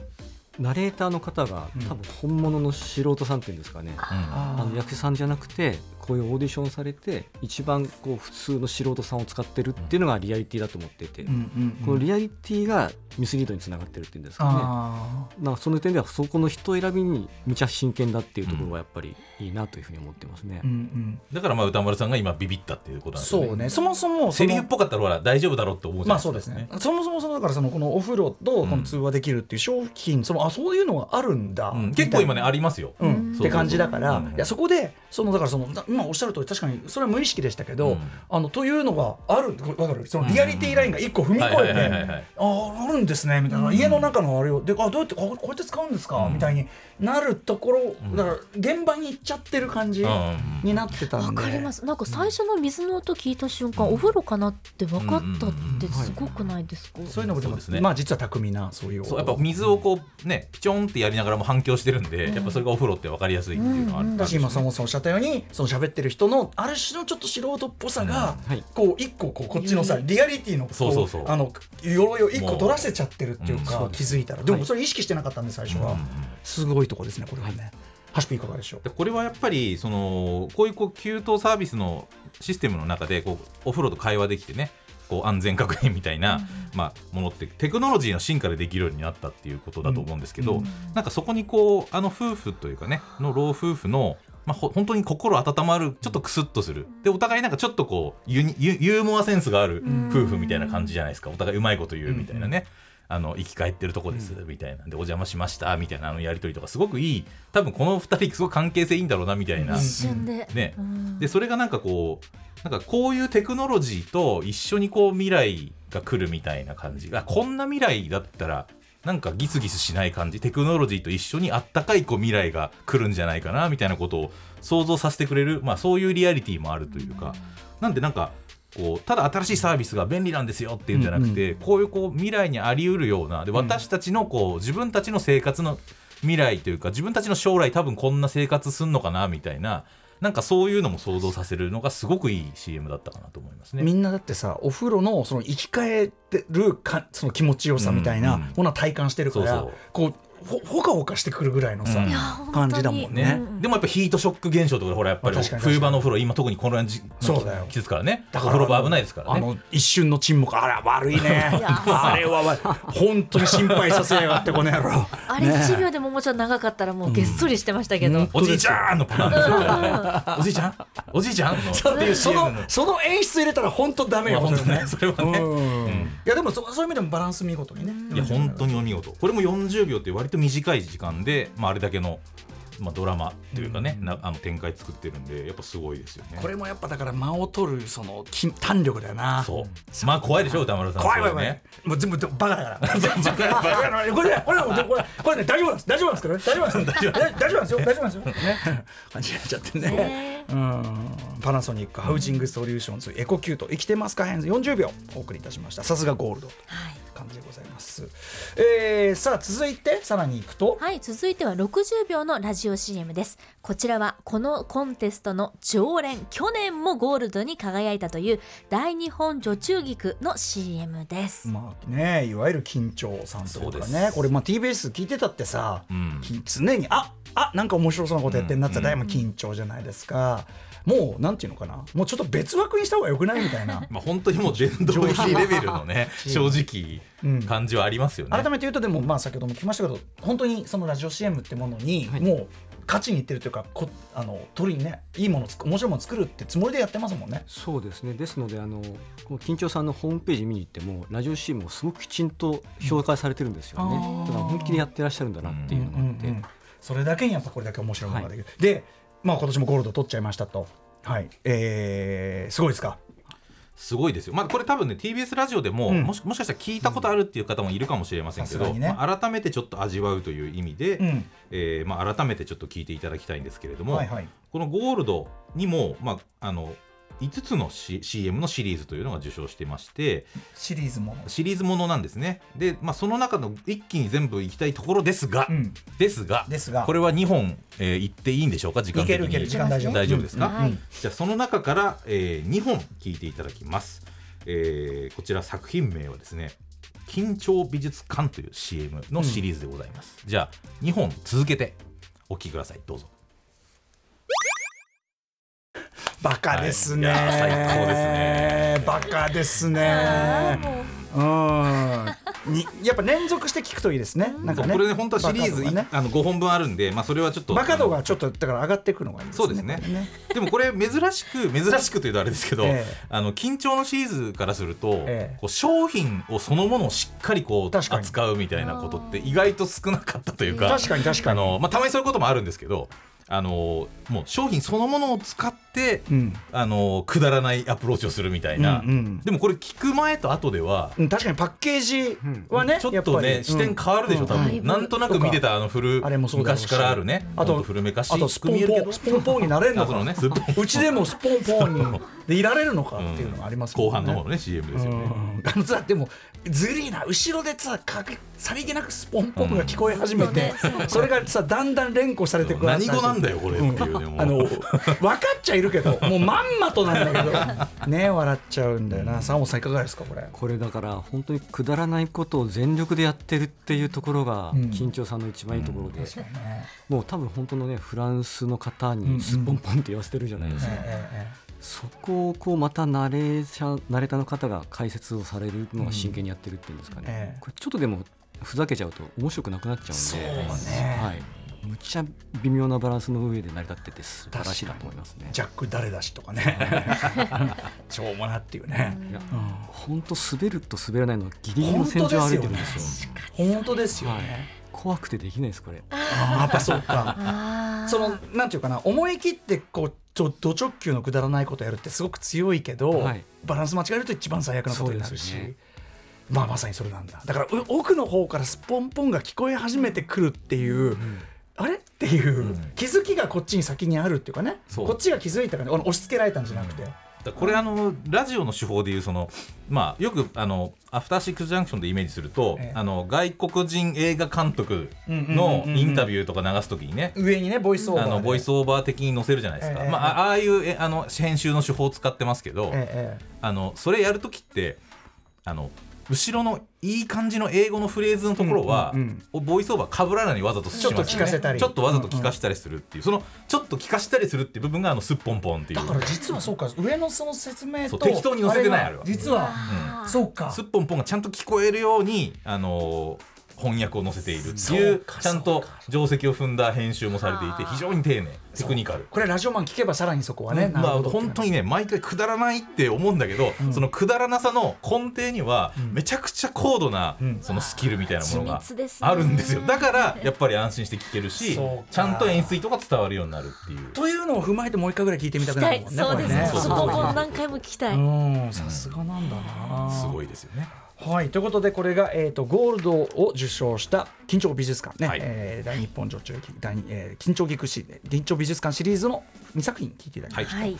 Speaker 5: ナレーターの方が多分本物の素人さんっていうんですかね、
Speaker 2: うん
Speaker 5: あの役者さんじゃなくてこういうオーディションされて一番こう普通の素人さんを使ってるっていうのがリアリティだと思ってて、
Speaker 3: れ、うんうんうん
Speaker 5: このリアリティがミスリードにつながってるっていうんですか
Speaker 3: あ
Speaker 5: ねなんかその点ではそこの人選びにむちゃ真剣だっていうところはやっぱりいいなというふうに思ってますね
Speaker 3: ー、う。んうん、
Speaker 2: だからまあ歌丸さんが今ビビったっていうことなんですよね
Speaker 3: そうねそもそもそ
Speaker 2: セ
Speaker 3: の
Speaker 2: リフっぽかったらほら大丈夫だろうって思うじゃな
Speaker 3: まあ
Speaker 2: い
Speaker 3: そう
Speaker 2: で
Speaker 3: です
Speaker 2: すか、
Speaker 3: ねそもそもそのだからそのこのお風呂とこの通話できるっていう商品、そのあそういうのがあるんだ、
Speaker 2: うん結構今ね
Speaker 3: み
Speaker 2: ありますよ、
Speaker 3: たいなうん、
Speaker 2: そう
Speaker 3: って感じだから、
Speaker 2: うん
Speaker 3: いやそこでそのだからそのな今おっしゃる通り確かにそれは無意識でしたけ
Speaker 2: う
Speaker 3: ど、
Speaker 2: ん
Speaker 3: あのというのがあるこれわかるそのリアリティラインが一個踏み越え
Speaker 2: うんはいはいはいはいはい
Speaker 3: てあああるんですねみたいな、家の中のあれをであどうやってあこれこうやって使うんですか、
Speaker 2: うん
Speaker 3: みたいになるところだから現場に行っちゃってる感じ
Speaker 2: うん
Speaker 3: になってた
Speaker 4: わ
Speaker 3: んで、
Speaker 4: かりますなんか最初の水の音聞いた瞬間、お風呂かなって分かったってすごくないですか、
Speaker 3: そういうのもでも
Speaker 2: そうですね
Speaker 3: まあ実は巧みなそういう
Speaker 2: そうやっぱ水をこうねピチョンってやりながらも反響してるんで、やっぱそれがお風呂って分かりやすいっていうのはあるん
Speaker 3: だ
Speaker 2: で
Speaker 3: し
Speaker 2: すよね
Speaker 3: 今そもそもおっしゃったようにその喋ってる人のある種のちょっと素人っぽさが、
Speaker 5: うんはい
Speaker 3: こう一個こうこっちのさリアリティのこ
Speaker 2: そうそうそう
Speaker 3: あの鎧を一個取らせちゃってるっていうか、
Speaker 5: もううん
Speaker 3: 気づいたらでもそれ意識してなかったんで最初は、すごいとこですねこれはね。はしくいかがでしょう
Speaker 2: でこれはやっぱりそのこういうこう給湯サービスのシステムの中でこうお風呂と会話できてねこう安全確認みたいな、まあ、ものってテクノロジーの進化でできるようになったっていうことだと思うんですけど、
Speaker 3: うんうん
Speaker 2: なんかそこにこうあの夫婦というかねの老夫婦の、まあ、ほ本当に心温まるちょっとクスッとするでお互いなんかちょっとこうユニユユーモアセンスがある夫婦みたいな感じじゃないですかお互いうまいこと言うみたいなね。あの生き返ってるとこですみたいなんでお邪魔しましたみたいなあのやり取りとかすごくいい多分この2人すごく関係性いいんだろうなみたいな
Speaker 4: 一瞬で、
Speaker 2: ね
Speaker 4: うん
Speaker 2: でそれがなんかこうなんかこういうテクノロジーと一緒にこう未来が来るみたいな感じあこんな未来だったらなんかギスギスしない感じテクノロジーと一緒にあったかいこう未来が来るんじゃないかなみたいなことを想像させてくれる、まあ、そういうリアリティもあるというかなんでなんかこうただ新しいサービスが便利なんですよっていうんじゃなくて、こういうこう未来にありうるようなで私たちのこう自分たちの生活の未来というか自分たちの将来多分こんな生活すんのかなみたいななんかそういうのも想像させるのがすごくいい CM だったかなと思いますね。
Speaker 3: みんなだってさお風呂のその生き返ってるかその気持ちよさみたいな
Speaker 2: うんうん
Speaker 3: ものは体感してるから、
Speaker 2: そう
Speaker 3: こうほほかほかしてくるぐらいのさ、
Speaker 2: うんいや
Speaker 4: 本当に
Speaker 3: 感じだもんね
Speaker 2: ねでもやっぱヒートショック現象とかでほらやっぱり
Speaker 3: まあ確かに確かに
Speaker 2: 冬場のお風呂今特にこの時
Speaker 3: そうだよ
Speaker 2: 季節からね
Speaker 3: だ
Speaker 2: お
Speaker 3: から
Speaker 2: 風呂場危ないですから
Speaker 3: あ
Speaker 2: ね。
Speaker 3: の一瞬の沈黙あら悪いね
Speaker 4: いや
Speaker 3: あれは悪い本当に心配させやがってこの野 郎
Speaker 4: あれ1秒でももうちょっと長かったらもうげっそりしてましたけど、
Speaker 3: うん
Speaker 2: おじいちゃんのパターンですよねおじいちゃんおじいちゃんの
Speaker 3: だってそ
Speaker 2: CM
Speaker 3: のその演出入れたら本当ダメよ
Speaker 2: いや本当ね
Speaker 3: それは
Speaker 2: それはね
Speaker 3: うん
Speaker 2: うん
Speaker 3: いやでもそそういう意味でもバランス見事にね
Speaker 2: いや本当にお見事これも40秒って割と短い時間で、まあ、あれだけの、まあ、ドラマというかね、なあの展開作ってるんでやっぱすごいですよね
Speaker 3: これもやっぱだから間を取るその筋胆力だよな
Speaker 2: そうまあ怖いでしょ歌丸さん
Speaker 3: 怖い怖い
Speaker 2: そ
Speaker 3: 怖
Speaker 2: れ
Speaker 3: い
Speaker 2: ね
Speaker 3: もう全部バカだから全部バカだ からこれねこれねこれこれね大丈夫なんです大丈夫なん ですからね大丈夫なんですよ大丈夫なんですよ大丈夫なんですよ ね感じになっちゃってね
Speaker 4: ね
Speaker 3: うんパナソニックハウジングソリューションズエコキュート生きてますか編40秒お送りいたしましたさすがゴールドと
Speaker 4: はい
Speaker 3: いう感じでございますえーさあ続いてさらにいくと
Speaker 4: はい、続いては60秒のラジオ CM です。こちらはこのコンテストの常連、去年もゴールドに輝いたという大日本女中菊の CM です。
Speaker 3: まあね、いわゆる緊張さんというか
Speaker 2: そうで
Speaker 3: ね
Speaker 2: す
Speaker 3: これまあ TBS 聞いてたってさ、
Speaker 2: ん
Speaker 3: き常にああなんか面白そうなことやってんなって言ったら、大体も緊張じゃないですかもうなんていうのかなもうちょっと別枠にした方がよくないみたいな
Speaker 2: まあ本当にもう殿堂入りレベルの ね正
Speaker 3: うん
Speaker 2: 直感じはありますよね、
Speaker 3: 改めて言うとでもまあ先ほども聞きましたけど本当にそのラジオ CM ってものに、
Speaker 5: はい
Speaker 3: もう勝ちにいってるというかこあの取りにねいいものつく面白いもの作るってつもりでやってますもんね。
Speaker 5: そうですねですのであのこの緊張さんのホームページ見に行ってもラジオ CM をすごくきちんと紹介されてるんですよね、
Speaker 3: うんあー
Speaker 5: だから本気でやってらっしゃるんだなっていうのがあって、
Speaker 3: うんうんうんそれだけにやっぱこれだけ面白いものができる、で、まあ、今年もゴールド取っちゃいましたと、はいえー、すごいですか
Speaker 2: すごいですよ、まあ、これ多分ね TBS ラジオでも、
Speaker 3: うん
Speaker 2: もしもしかしたら聞いたことあるっていう方もいるかもしれませんけ
Speaker 3: さす
Speaker 2: ど、
Speaker 3: がにね
Speaker 2: まあ改めてちょっと味わうという意味で、
Speaker 3: うん
Speaker 2: えーまあ、改めてちょっと聞いていただきたいんですけれども、
Speaker 3: はいはい
Speaker 2: このゴールドにも、まあ、あの5つの、C、CM のシリーズというのが受賞してまして
Speaker 3: シリーズもの
Speaker 2: シリーズものなんですねで、まあ、その中の一気に全部いきたいところですが、
Speaker 3: うん
Speaker 2: ですが
Speaker 3: ですが
Speaker 2: これは2本、えー、言っていいんでしょうか時間的に
Speaker 3: いけるいける時間大丈夫
Speaker 2: ですか、
Speaker 4: うんはい
Speaker 2: じゃあその中から、え2本聞いていただきます、えーこちら作品名はですね「緊張美術館」という CM のシリーズでございます、じゃあ2本続けてお聞きくださいどうぞ
Speaker 3: バカですね、
Speaker 2: はいいや最高ですね
Speaker 3: バカです
Speaker 4: あー
Speaker 3: ね
Speaker 4: もう
Speaker 3: うんにやっぱ連続して聞くといいですねなんかね
Speaker 2: これね本当はシリーズ、
Speaker 3: バカ度がね
Speaker 2: あの5本分あるんで、まあ、それはちょっと
Speaker 3: バカ度がちょっとだから上がっていくのがいいですね
Speaker 2: そうですね
Speaker 3: これ
Speaker 2: でもこれ珍しく珍しくというとあれですけど、
Speaker 3: ええ
Speaker 2: あの緊張のシリーズからすると、
Speaker 3: ええ
Speaker 2: こう商品をそのものをしっかりこう
Speaker 3: 確かに
Speaker 2: 扱うみたいなことって意外と少なかったというか
Speaker 3: 確かに確かに
Speaker 2: あの、まあ、たまにそういうこともあるんですけどあのもう商品そのものを使って、
Speaker 3: うん
Speaker 2: あのくだらないアプローチをするみたいな、
Speaker 3: うんうん
Speaker 2: でもこれ聞く前と後では
Speaker 3: うん確かにパッケージはね、
Speaker 2: ちょ
Speaker 3: や
Speaker 2: っ
Speaker 3: ぱ
Speaker 2: と
Speaker 3: り
Speaker 2: ね視点変わるでしょ、多
Speaker 4: だ
Speaker 2: 分
Speaker 4: いぶ
Speaker 2: なんとなく見てたあの古
Speaker 3: あれもそうだろうし
Speaker 2: 昔からあるね
Speaker 3: あと
Speaker 2: ほん古めかし
Speaker 3: あとス
Speaker 2: く
Speaker 3: ポン
Speaker 2: 見えるけど
Speaker 3: ポンスポンポンになれ るの
Speaker 2: あそ
Speaker 3: か
Speaker 2: のねスポン
Speaker 3: うちでもスポンポ ンにでいられるのかっていうのがあります
Speaker 2: 後半の方
Speaker 3: 方
Speaker 2: のね CM ですよね、
Speaker 3: あのさでもずりーな後ろでさかけさりげなくスポンポンが聞こえ始めて、それがさだんだん連呼されてく
Speaker 2: 何語なんだよこれっていうね、もう
Speaker 3: あの分かっちゃいるけどもうまんまとなんだけどね笑っちゃうんだよなサモさんいかがですかこれ
Speaker 5: これだから本当にくだらないことを全力でやってるっていうところが
Speaker 3: うん
Speaker 5: 緊張さんの一番いいところで、もう多分本当のねフランスの方
Speaker 3: うんうん
Speaker 5: にすっぽんぽんって言わせてるじゃないですか、そこをこうまたナレーションナレーターの方が解説をされるのが真剣にやってるっていうんですかね、
Speaker 3: ええ
Speaker 5: これちょっとでもふざけちゃうと面白くなくなっちゃうんで
Speaker 3: そうね
Speaker 5: はい、むっちゃ微妙なバランスの上で成り立ってて素晴らしいなと思いますね。
Speaker 3: ジャック誰だしとかね しょうもなっていうね、
Speaker 5: いや
Speaker 3: うん
Speaker 5: 本当滑ると滑らないのギリギリの線上を歩いてるんですよ。
Speaker 3: 本当ですよね、
Speaker 5: はい怖くてできないですこれ。
Speaker 3: あーやっぱそうか
Speaker 4: あー
Speaker 3: そのなんていうかな思い切ってこうちょド直球のくだらないことやるってすごく強いけど、
Speaker 5: はい
Speaker 3: バランス間違えると一番最悪なことになるし、
Speaker 5: そうですよね
Speaker 3: まあまさにそれなんだだからう奥の方からスポンポンが聞こえ始めてくるっていう、あれっていう、気づきがこっちに先にあるっていうかね
Speaker 2: そう
Speaker 3: こっちが気づいたから、ね、あの押し付けられたんじゃなくて、
Speaker 2: だからこれあのラジオの手法でいうその、まあ、よくあのアフターシックス・ジャンクションでイメージすると、
Speaker 3: ええ
Speaker 2: あの外国人映画監督
Speaker 3: うんうん
Speaker 2: の
Speaker 3: うんうん
Speaker 2: インタビューとか流すときにね、
Speaker 3: 上にねボイスオーバ
Speaker 2: あ
Speaker 3: ーで
Speaker 2: のボイスオーバー的に載せるじゃないですか、
Speaker 3: ええ
Speaker 2: まあ、あああいうえあの編集の手法を使ってますけど、
Speaker 3: ええ
Speaker 2: あのそれやるときってあの後ろのいい感じの英語のフレーズのところは、
Speaker 3: うんうん
Speaker 2: ボイスオーバーかぶらないようにわざとしますよね
Speaker 3: ちょっと聞かせたり
Speaker 2: ちょっとわざと聞かせたりするっていう、そのちょっと聞かせたりするっていう部分があのすっぽんぽんっていう
Speaker 3: だから実はそうか上のその説明
Speaker 2: そ
Speaker 3: と
Speaker 2: う適当に載せてないあれは
Speaker 3: 実は
Speaker 4: あー
Speaker 3: そうか
Speaker 2: すっぽんぽんがちゃんと聞こえるように、あのー翻訳を載せているってい
Speaker 3: そう
Speaker 2: う
Speaker 3: か
Speaker 2: ちゃんと定石を踏んだ編集もされていて
Speaker 4: はあ
Speaker 2: 非常に丁寧テクニカル。
Speaker 3: これラジオマン聞けばさらにそこはね、
Speaker 2: まあ、本当
Speaker 3: に
Speaker 2: にね毎回くだらないって思うんだけど、そのくだらなさの根底にはめちゃくちゃ高度な、
Speaker 3: うん
Speaker 2: そのスキルみたいなものが
Speaker 4: 緻密ですね
Speaker 2: あるんですよだからやっぱり安心して聞けるし
Speaker 3: そうか
Speaker 2: ちゃんと円錐とか伝わるようになるっていう
Speaker 3: というのを踏まえてもう一回ぐらい聞いてみたくな
Speaker 4: は
Speaker 3: る
Speaker 4: い
Speaker 3: もんね
Speaker 4: そうで
Speaker 3: これ
Speaker 4: すね
Speaker 3: ね
Speaker 2: そうそ
Speaker 4: そ
Speaker 2: う
Speaker 4: こ
Speaker 2: そう
Speaker 4: も何回も聞きたい、
Speaker 3: うんさすがなんだな
Speaker 2: すごいですよね。
Speaker 3: はいということでこれが、えー、とゴールドを受賞した緊張美術館ね、
Speaker 2: はい
Speaker 3: えー大日本女中劇大日えー緊張劇シリーズ緊張美術館シリーズの2作品聞いていただきま
Speaker 2: はい
Speaker 3: し
Speaker 4: はい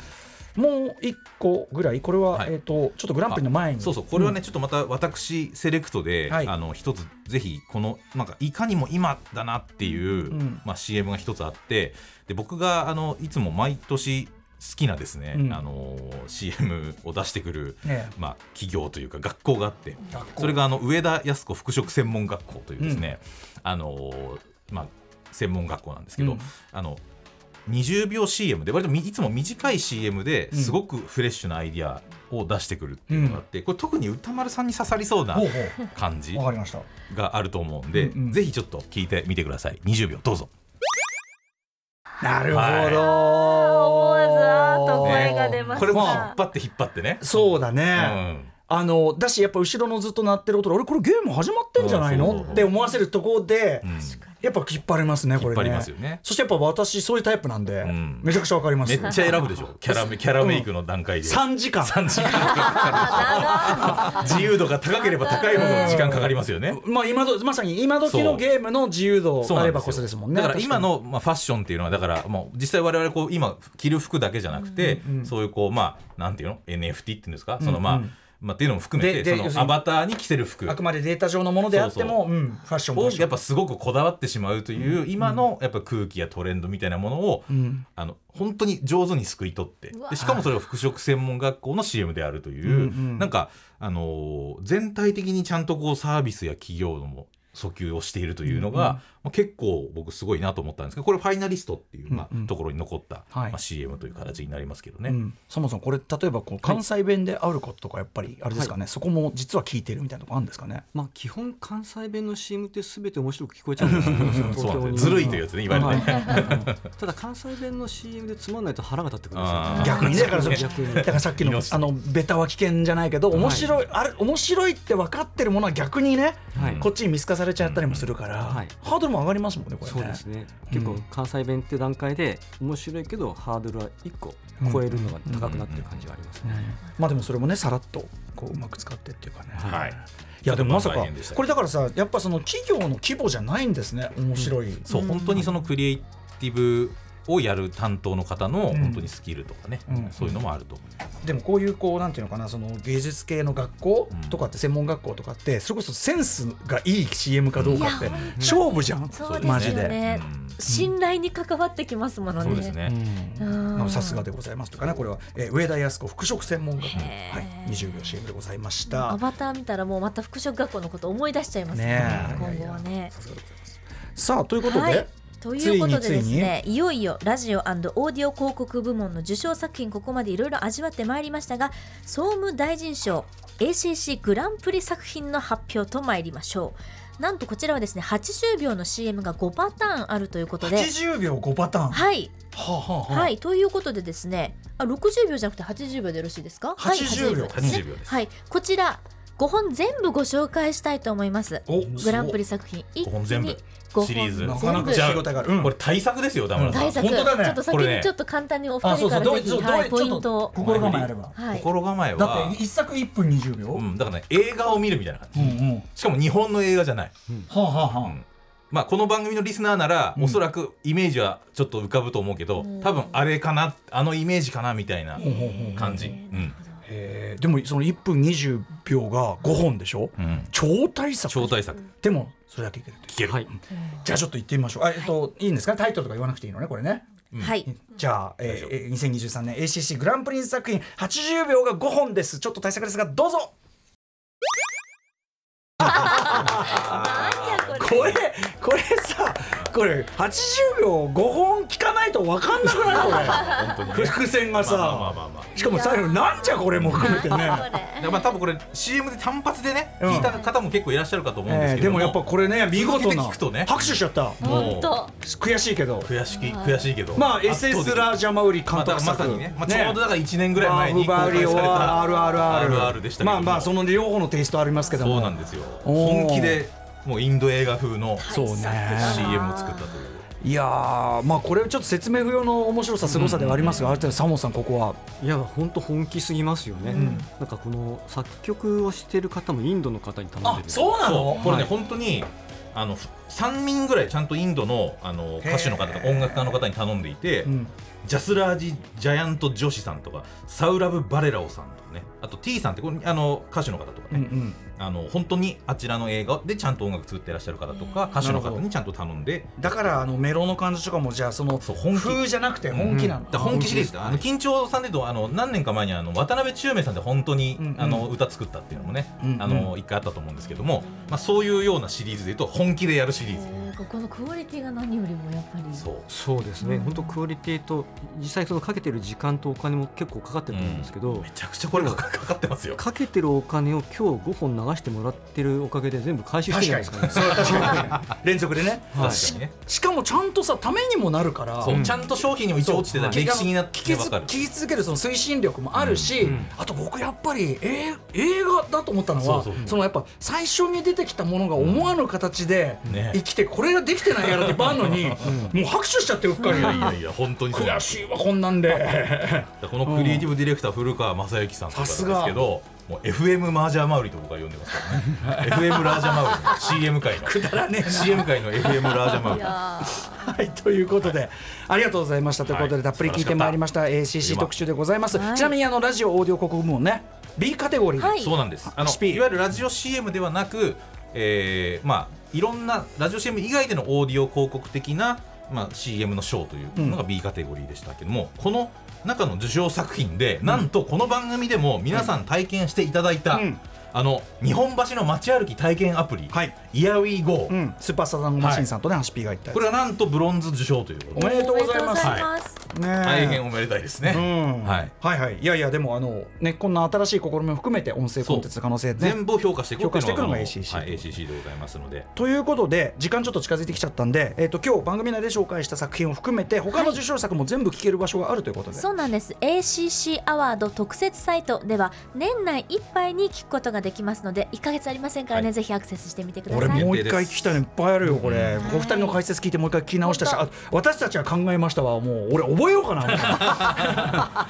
Speaker 3: た、もう1個ぐらいこれは、
Speaker 2: はい
Speaker 3: えー、とちょっとグランプリの前に
Speaker 2: そうそうこれはね、ちょっとまた私セレクトで、
Speaker 3: はい
Speaker 2: あの一つぜひこのなんかいかにも今だなっていう、
Speaker 3: うん
Speaker 2: まあ、CM が一つあってで僕があのいつも毎年好きなですね、
Speaker 3: うん
Speaker 2: あの CM を出してくる、
Speaker 3: ね
Speaker 2: まあ、企業というか学校があって
Speaker 3: 学校
Speaker 2: それがあの上田靖子服飾専門学校というですね、あのまあ、専門学校なんですけど、
Speaker 3: うん
Speaker 2: あの20秒 CM で割とみいつも短い CM ですごくフレッシュなアイディアを出してくるっていうのがあって、これ特に歌丸さんに刺さりそうな
Speaker 3: ほうほ
Speaker 2: 感じ
Speaker 3: うわかりました
Speaker 2: があると思うんで、
Speaker 3: うんうん
Speaker 2: ぜひちょっと聞いてみてください20秒どうぞ
Speaker 3: なるほど、
Speaker 4: 思わずあーっと声が出ました
Speaker 2: これも引っ張って引っ張ってね、
Speaker 3: そうだ
Speaker 2: う
Speaker 3: ね、
Speaker 2: ん、
Speaker 3: あのだしやっぱ後ろのずっと鳴ってる音で俺これゲーム始まってんじゃない
Speaker 2: そうそう
Speaker 3: の
Speaker 2: そう
Speaker 3: って思わせるところで、
Speaker 2: うん
Speaker 3: やっぱ引っ張りますねこ
Speaker 2: 引
Speaker 3: れね
Speaker 2: っ張りますよね
Speaker 3: そしてやっぱ私そういうタイプなんで、
Speaker 2: ん
Speaker 3: めちゃくちゃわかります
Speaker 2: めっちゃ選ぶでし ょキャラメキャラメイクの段階で、
Speaker 3: 3時 間
Speaker 2: 3時間かかる自由度が高ければ高いほど時間かかりますよね。
Speaker 3: まあ今どまさに今時
Speaker 2: そ
Speaker 3: の
Speaker 2: う
Speaker 3: ゲームの自由度
Speaker 2: そう
Speaker 3: あ
Speaker 2: なん
Speaker 3: れ
Speaker 2: で
Speaker 3: ば
Speaker 2: す
Speaker 3: こそ
Speaker 2: よ
Speaker 3: ですもんね
Speaker 2: だから今
Speaker 3: 確
Speaker 2: の、まあ、ファッションっていうのはだからもう実際我々こう今着る服だけじゃなくて、そういうこうまあなんていうの NFT っていうんですか、そのまあ、まあっていうのも含めて
Speaker 3: でで要
Speaker 2: その
Speaker 3: する
Speaker 2: ア
Speaker 3: に
Speaker 2: バターに着せる服
Speaker 3: かにあくまでデータ上のものであっても
Speaker 2: そう
Speaker 3: うんファッションも
Speaker 2: をやっぱすごくこだわってしまうという、今のやっぱ空気やトレンドみたいなものを、
Speaker 3: ん
Speaker 2: あの本当に上手にすくい取って
Speaker 4: うわ
Speaker 2: でしかもそれを服飾専門学校の CM であるという、
Speaker 3: うんうん
Speaker 2: なんか、あのー全体的にちゃんとこうサービスや企業のも訴求をしているというのが、まあ、結構僕すごいなと思ったんですけどこれファイナリストっていう、まあ
Speaker 3: うんうん
Speaker 2: ところに残った、
Speaker 3: はい
Speaker 2: まあ、CM という形になりますけどね。
Speaker 3: うん、そもそもこれ例えばこう関西弁であることとかやっぱりあれですかね、そこも実は聞いてるみたいなとこあるんですかね
Speaker 5: まあ基本関西弁の CM ってすべて面白く聞こえちゃうんですよ。
Speaker 2: そうなんですよず
Speaker 5: 東京
Speaker 2: る
Speaker 5: に
Speaker 2: いというやつねいわゆるね、
Speaker 5: ただ関西弁の CM でつまんないと腹が立ってくるんです
Speaker 2: あ
Speaker 5: よ、
Speaker 2: ー
Speaker 5: ね。
Speaker 3: 逆にねだからそれ
Speaker 5: 逆に
Speaker 3: だからさっきの
Speaker 2: 命
Speaker 3: あのベタは危険じゃないけど面白い、あれ面白いって分かってるものは逆にね
Speaker 5: はい
Speaker 3: こっちに見透かされちゃったりもするから、
Speaker 5: はい
Speaker 3: ハードルも上がりますもんねこれね
Speaker 5: そうですね、
Speaker 3: うん
Speaker 5: 結構関西弁って段階で面白いけどハードルは1個超えるのが高くなってる感じがありますね、
Speaker 3: まあでもそれもねさらっとこううまく使ってっていうかね、
Speaker 2: はい
Speaker 3: いやでもまさ
Speaker 2: ちょっと
Speaker 3: か
Speaker 2: 大変でしたね
Speaker 3: これだからさやっぱその企業の規模じゃないんですね面白い、
Speaker 2: そう、
Speaker 4: うん
Speaker 2: 本当にそのクリエイティブをやる担当の方の
Speaker 3: うん
Speaker 2: 本当にスキルとかね、
Speaker 3: うん
Speaker 2: そういうのもあると思います。
Speaker 3: でもこういうこうなんていうのかなその芸術系の学校
Speaker 2: うん
Speaker 3: とかって専門学校とかってそれこそセンスがいい CM かどうかって
Speaker 4: いや本
Speaker 3: 勝負じゃん
Speaker 4: そうですよね
Speaker 3: マジで。
Speaker 2: うん
Speaker 4: 信頼に関わってきますものね。
Speaker 2: そうですね。
Speaker 4: うん
Speaker 3: さすがでございますとかねこれは、えー上田靖子服飾専門学校、は
Speaker 4: へー
Speaker 3: い、20秒 CM でございまし
Speaker 4: ア
Speaker 3: た。
Speaker 4: バター見たらもうまた服飾学校のこと思い出しちゃいます
Speaker 3: ねえ
Speaker 4: 今
Speaker 3: いや
Speaker 4: 後
Speaker 3: い
Speaker 4: は
Speaker 3: や
Speaker 4: ね。
Speaker 3: さすがでございますさあということで、
Speaker 4: はいということ
Speaker 3: つ
Speaker 4: で
Speaker 3: い
Speaker 4: で
Speaker 3: に
Speaker 4: す
Speaker 3: ついに
Speaker 4: ねいよいよラジオオーディオ広告部門の受賞作品ここまでいろいろ味わってまいりましたが総務大臣賞 ACC グランプリ作品の発表とまいりましょうなんとこちらはですね80秒の CM が5パターンあるということで
Speaker 3: 80秒5パターン。
Speaker 4: はい
Speaker 3: はあはあはあ
Speaker 4: はい、ということでですね、あ、60秒じゃなくて80秒でよろしいですか？はい
Speaker 3: 80秒
Speaker 4: ですね
Speaker 2: 80秒です
Speaker 4: はい、こちら5本全部ご紹介したいと思います。
Speaker 3: お
Speaker 4: グランプリ作品一気
Speaker 2: 5本全部
Speaker 4: に5本
Speaker 2: シリーズ
Speaker 3: なかなか仕事があ る。うん
Speaker 2: これ対策ですよ、田村さん。
Speaker 4: 対策、
Speaker 3: 本当だね
Speaker 4: ちょっと
Speaker 2: こ
Speaker 4: 先
Speaker 2: れ
Speaker 4: に
Speaker 2: ね
Speaker 4: ちょっと簡単にお
Speaker 3: あ
Speaker 4: 二
Speaker 3: そ
Speaker 4: 人
Speaker 3: うそ
Speaker 4: か
Speaker 3: う
Speaker 4: ら
Speaker 3: ど
Speaker 4: ぜ
Speaker 3: うど
Speaker 4: ひ
Speaker 3: うどう
Speaker 4: はいポイ
Speaker 3: ちょ
Speaker 4: ン
Speaker 3: っ
Speaker 4: ト
Speaker 3: と
Speaker 4: を
Speaker 3: 心構えあれば。
Speaker 4: はい
Speaker 2: 心構え
Speaker 3: だ
Speaker 2: は
Speaker 3: って、一作一分20秒。う
Speaker 2: うんん、だからね、映画を見るみたいな感じ。
Speaker 3: うん。は
Speaker 2: しかも日本の映画じゃない。
Speaker 3: あはあはあ。
Speaker 2: まあ、この番組のリスナーなら、
Speaker 3: うん
Speaker 2: おそらくイメージはちょっと浮かぶと思うけど、
Speaker 4: うん
Speaker 2: 多分あれかなあのイメージかなみたいな
Speaker 3: ほうほうほう
Speaker 2: 感じ、
Speaker 4: ね
Speaker 2: うん
Speaker 3: えーでもその1分20秒が5本でしょ
Speaker 2: うん、
Speaker 3: 超大作
Speaker 2: 超対策
Speaker 3: でもそれだけいける
Speaker 2: 聞ける、
Speaker 5: はい
Speaker 3: じゃあちょっと行ってみましょうあえっと、い、いんですかタイトルとか言わなくていいのねこれね
Speaker 2: うん
Speaker 4: はい、
Speaker 3: じゃあ、えー、えー2023年 ACC グランプリ作品80秒が5本ですちょっと大作ですがどうぞ
Speaker 4: なんやこれ。
Speaker 3: これこれさこれ80秒5本聞かないと分かんなくない
Speaker 2: 本当に
Speaker 3: こ れ伏線が
Speaker 2: まあまあまあ
Speaker 3: さ
Speaker 2: まあまあ
Speaker 3: しかも最後なんじゃこれも含めてね
Speaker 4: これ
Speaker 2: だからまあ多分これ CM で単発でね、
Speaker 3: うん
Speaker 2: 聞いた方も結構いらっしゃるかと思うんで
Speaker 3: え
Speaker 2: す
Speaker 3: ー
Speaker 2: け
Speaker 3: で
Speaker 2: ど
Speaker 3: も
Speaker 2: も、
Speaker 3: やっぱこれね見事な
Speaker 2: 聞くとね
Speaker 3: 拍手しちゃった
Speaker 4: 本当。
Speaker 3: 悔しいけど
Speaker 2: 悔しき悔しいけど
Speaker 3: まあ
Speaker 2: 圧倒的
Speaker 3: SS ラージャマウリ
Speaker 2: ま
Speaker 3: 監
Speaker 2: あだか
Speaker 3: 督
Speaker 2: らま
Speaker 3: 作
Speaker 2: さにね、まあ、ちょうどだから1年ぐらい前に公
Speaker 3: バー
Speaker 2: 開
Speaker 3: フバリオ
Speaker 2: され
Speaker 3: は
Speaker 2: た
Speaker 3: RRR
Speaker 2: RRR でしたけども
Speaker 3: まあまあその両方のテイストありますけど
Speaker 2: そ
Speaker 3: も
Speaker 2: うなんですよ
Speaker 3: おー
Speaker 2: 本気でもうインド映画風の
Speaker 3: そうね
Speaker 2: CM を作ったという。
Speaker 3: いやーまあこれちょっと説明不要の面白さ凄さではありますが、ある程度サモンさんここはい
Speaker 5: や本当本気すぎますよね、なんかこの作曲をしてる方もインドの方に頼んでる
Speaker 3: うな
Speaker 2: そうこれね、
Speaker 5: はい
Speaker 2: 本当にあのふ3人ぐらいちゃんとインドのあの
Speaker 3: へー
Speaker 2: 歌手の方とか音楽家の方に頼んでいて、
Speaker 3: ん、
Speaker 2: ジャスラージ・ジャヤント・ジョシさんとかサウラブ・バレラオさんとかねあと T さんってこれあの歌手の方とか
Speaker 3: うんう
Speaker 2: ね、
Speaker 3: ん
Speaker 2: あの本当にあちらの映画でちゃんと音楽作ってらっしゃる方とか歌手の方にちゃんと頼んで
Speaker 3: だからあのメロの感じとかもじゃあその
Speaker 2: そう本気
Speaker 3: 風じゃなくて本気な
Speaker 2: だ
Speaker 3: の、
Speaker 2: から本気シリーズ
Speaker 5: あ
Speaker 2: あの緊張さんで言うとあの何年か前にあの渡辺宙明さんで本当に、
Speaker 3: うんうん
Speaker 2: あの歌作ったっていうのもね、
Speaker 3: うんうん
Speaker 2: あの一回あったと思うんですけども、まあ、そういうようなシリーズで言うと本気でやるシリーズ、
Speaker 4: えーここのクオリティが何よりもやっぱり。
Speaker 2: そう
Speaker 5: そうですね、本当クオリティと実際そのかけてる時間とお金も結構かかってると思うんですけど、
Speaker 2: めちゃくちゃこれがか かってますよ
Speaker 5: かけてるお金を今日5本流してもらってるおかげで全部回収して
Speaker 3: 確
Speaker 5: る
Speaker 3: か
Speaker 5: ん
Speaker 3: に
Speaker 5: で
Speaker 3: そ
Speaker 5: すか
Speaker 3: う
Speaker 5: ね
Speaker 3: 確かに連続でね
Speaker 2: 確かにね
Speaker 3: しかもちゃんとさためにもなるから
Speaker 2: そう、ちゃんと商品にも一応落ちてた
Speaker 3: そう
Speaker 2: 歴史になっ
Speaker 3: 聞き
Speaker 2: て分
Speaker 3: つ
Speaker 2: かる
Speaker 3: 聞き続けるその推進力もあるし、
Speaker 5: うんうん
Speaker 3: あと僕やっぱり、えー映画だと思ったのは
Speaker 2: そ
Speaker 3: そう
Speaker 2: そう
Speaker 3: のやっぱ最初に出てきたものが思わぬ形で
Speaker 2: ね
Speaker 3: 生きてこれができてないやらってばんのに、もう拍手しちゃってうっかり
Speaker 2: いやいやいや本当にそう
Speaker 3: 悔しいわこんなんで
Speaker 2: このクリエイティブディレクター古川正幸さんとかなんですけどもう FM マージャーマウリと僕は呼んでますからね FM ラージャーマウリ CM 界の CM 界の FM ラージャーマウ
Speaker 4: い
Speaker 2: リ
Speaker 4: や
Speaker 3: はいということで、ありがとうございましたということで、
Speaker 2: はい
Speaker 3: たっぷり聞いてまいりました ACC 特集でございます、
Speaker 4: はい
Speaker 3: ちなみにあのラジオオーディオ広告部門ね B カテゴリー、
Speaker 4: ーはい。
Speaker 2: そうなんですあの
Speaker 3: HP
Speaker 2: いわゆるラジオ CM ではなく、えーまあ、いろんなラジオ CM 以外でのオーディオ広告的な、まあ、CM の賞というのが B カテゴリーでしたけども、この中の受賞作品で、なんとこの番組でも皆さん体験していただいた、
Speaker 3: うん
Speaker 2: あの日本橋の街歩き体験アプリ「
Speaker 3: はい
Speaker 2: イヤウィーゴー、
Speaker 3: うん、スーパーサザンゴマシンさんとね、ハシピーが行ったやつ
Speaker 2: これはなんとブロンズ受賞ということ
Speaker 3: おめでとうございます
Speaker 4: おめでとうございます。
Speaker 3: ねえ
Speaker 2: 大変おめでたいですね、
Speaker 3: うん
Speaker 2: はい
Speaker 3: はいはいいやいやでもあのねこんな新しい試みも含めて音声コンテンツの可能性ね
Speaker 2: 全部を評価していこうっていう
Speaker 3: 評価していくのが
Speaker 2: あ
Speaker 3: ACC
Speaker 2: はい、ACC でございますので
Speaker 3: ということで時間ちょっと近づいてきちゃったんで、えっと今日番組内で紹介した作品を含めて他の受賞作も全部聞ける場所があるということで、
Speaker 4: そうなんです ACC アワード特設サイトでは年内いっぱいに聞くことができますので1か月ありませんからね、
Speaker 2: はい
Speaker 4: ぜひアクセスしてみてくだ
Speaker 3: 俺
Speaker 4: さい
Speaker 3: もう一回聞きたいのいっぱいあるよこれ、
Speaker 4: うん
Speaker 3: お二人の解説聞いてもう一回聞き直したしあ私たちが考えましたはもう俺覚えようかな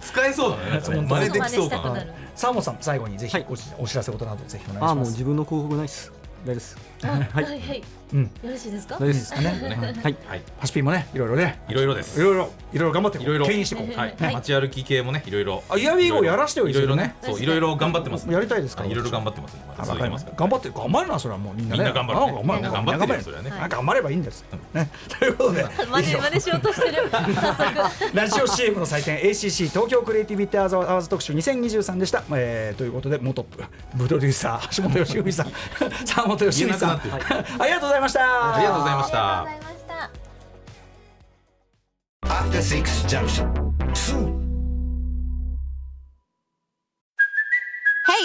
Speaker 2: 使えそうだねなんかね
Speaker 3: 本当
Speaker 2: 真似できそうか
Speaker 4: 真似
Speaker 2: な
Speaker 4: したくなる
Speaker 3: サーモンさん最後にぜひ
Speaker 5: はい
Speaker 3: お,、お知らせことなどぜひお願いし
Speaker 5: ああも
Speaker 3: ま
Speaker 5: う
Speaker 3: す
Speaker 5: 自分の広告ないっす大丈夫ですはい
Speaker 1: はいはい。よ
Speaker 3: うん
Speaker 1: ろしいですか
Speaker 5: 大丈夫。です
Speaker 3: いいですかね
Speaker 5: うんはい
Speaker 2: はい
Speaker 3: ハシピーもねいろいろね
Speaker 2: いろいろです
Speaker 3: いろいろいろいろ頑張ってい
Speaker 2: いろいろ
Speaker 3: 牽引していこう、
Speaker 2: はい、
Speaker 1: はい
Speaker 2: 街歩き系もねいろいろ
Speaker 3: あイヤウィーゴやらしてよ
Speaker 2: いろいろね
Speaker 1: 一緒にね
Speaker 2: そういろいろ頑張ってます
Speaker 3: やりたいですか
Speaker 2: はいいろいろ頑張ってます
Speaker 3: あ
Speaker 2: 続
Speaker 3: わ
Speaker 2: いて
Speaker 3: かり
Speaker 2: ま
Speaker 3: ますす
Speaker 2: から
Speaker 3: 頑張って頑張るなそれはもうみんな
Speaker 2: み
Speaker 3: ね
Speaker 2: んな頑張る
Speaker 3: なんか頑張る
Speaker 2: みんな頑張ってるよ
Speaker 3: みんな
Speaker 2: それはね
Speaker 3: なんか頑張ればいいんです、ねということで
Speaker 1: 真似真似しようとしてる。早速。
Speaker 3: ラジオ CM の祭典 ACC 東京クリエイティビティアワーズ特集2023でした、えーということで元プロデューサー橋本 良文さん沢本良文さんあ
Speaker 2: 言えなくなって
Speaker 3: りがとうございました
Speaker 2: ありがとうございました
Speaker 4: ありがとうございました
Speaker 6: After Six Junction. Soon.
Speaker 7: Hey,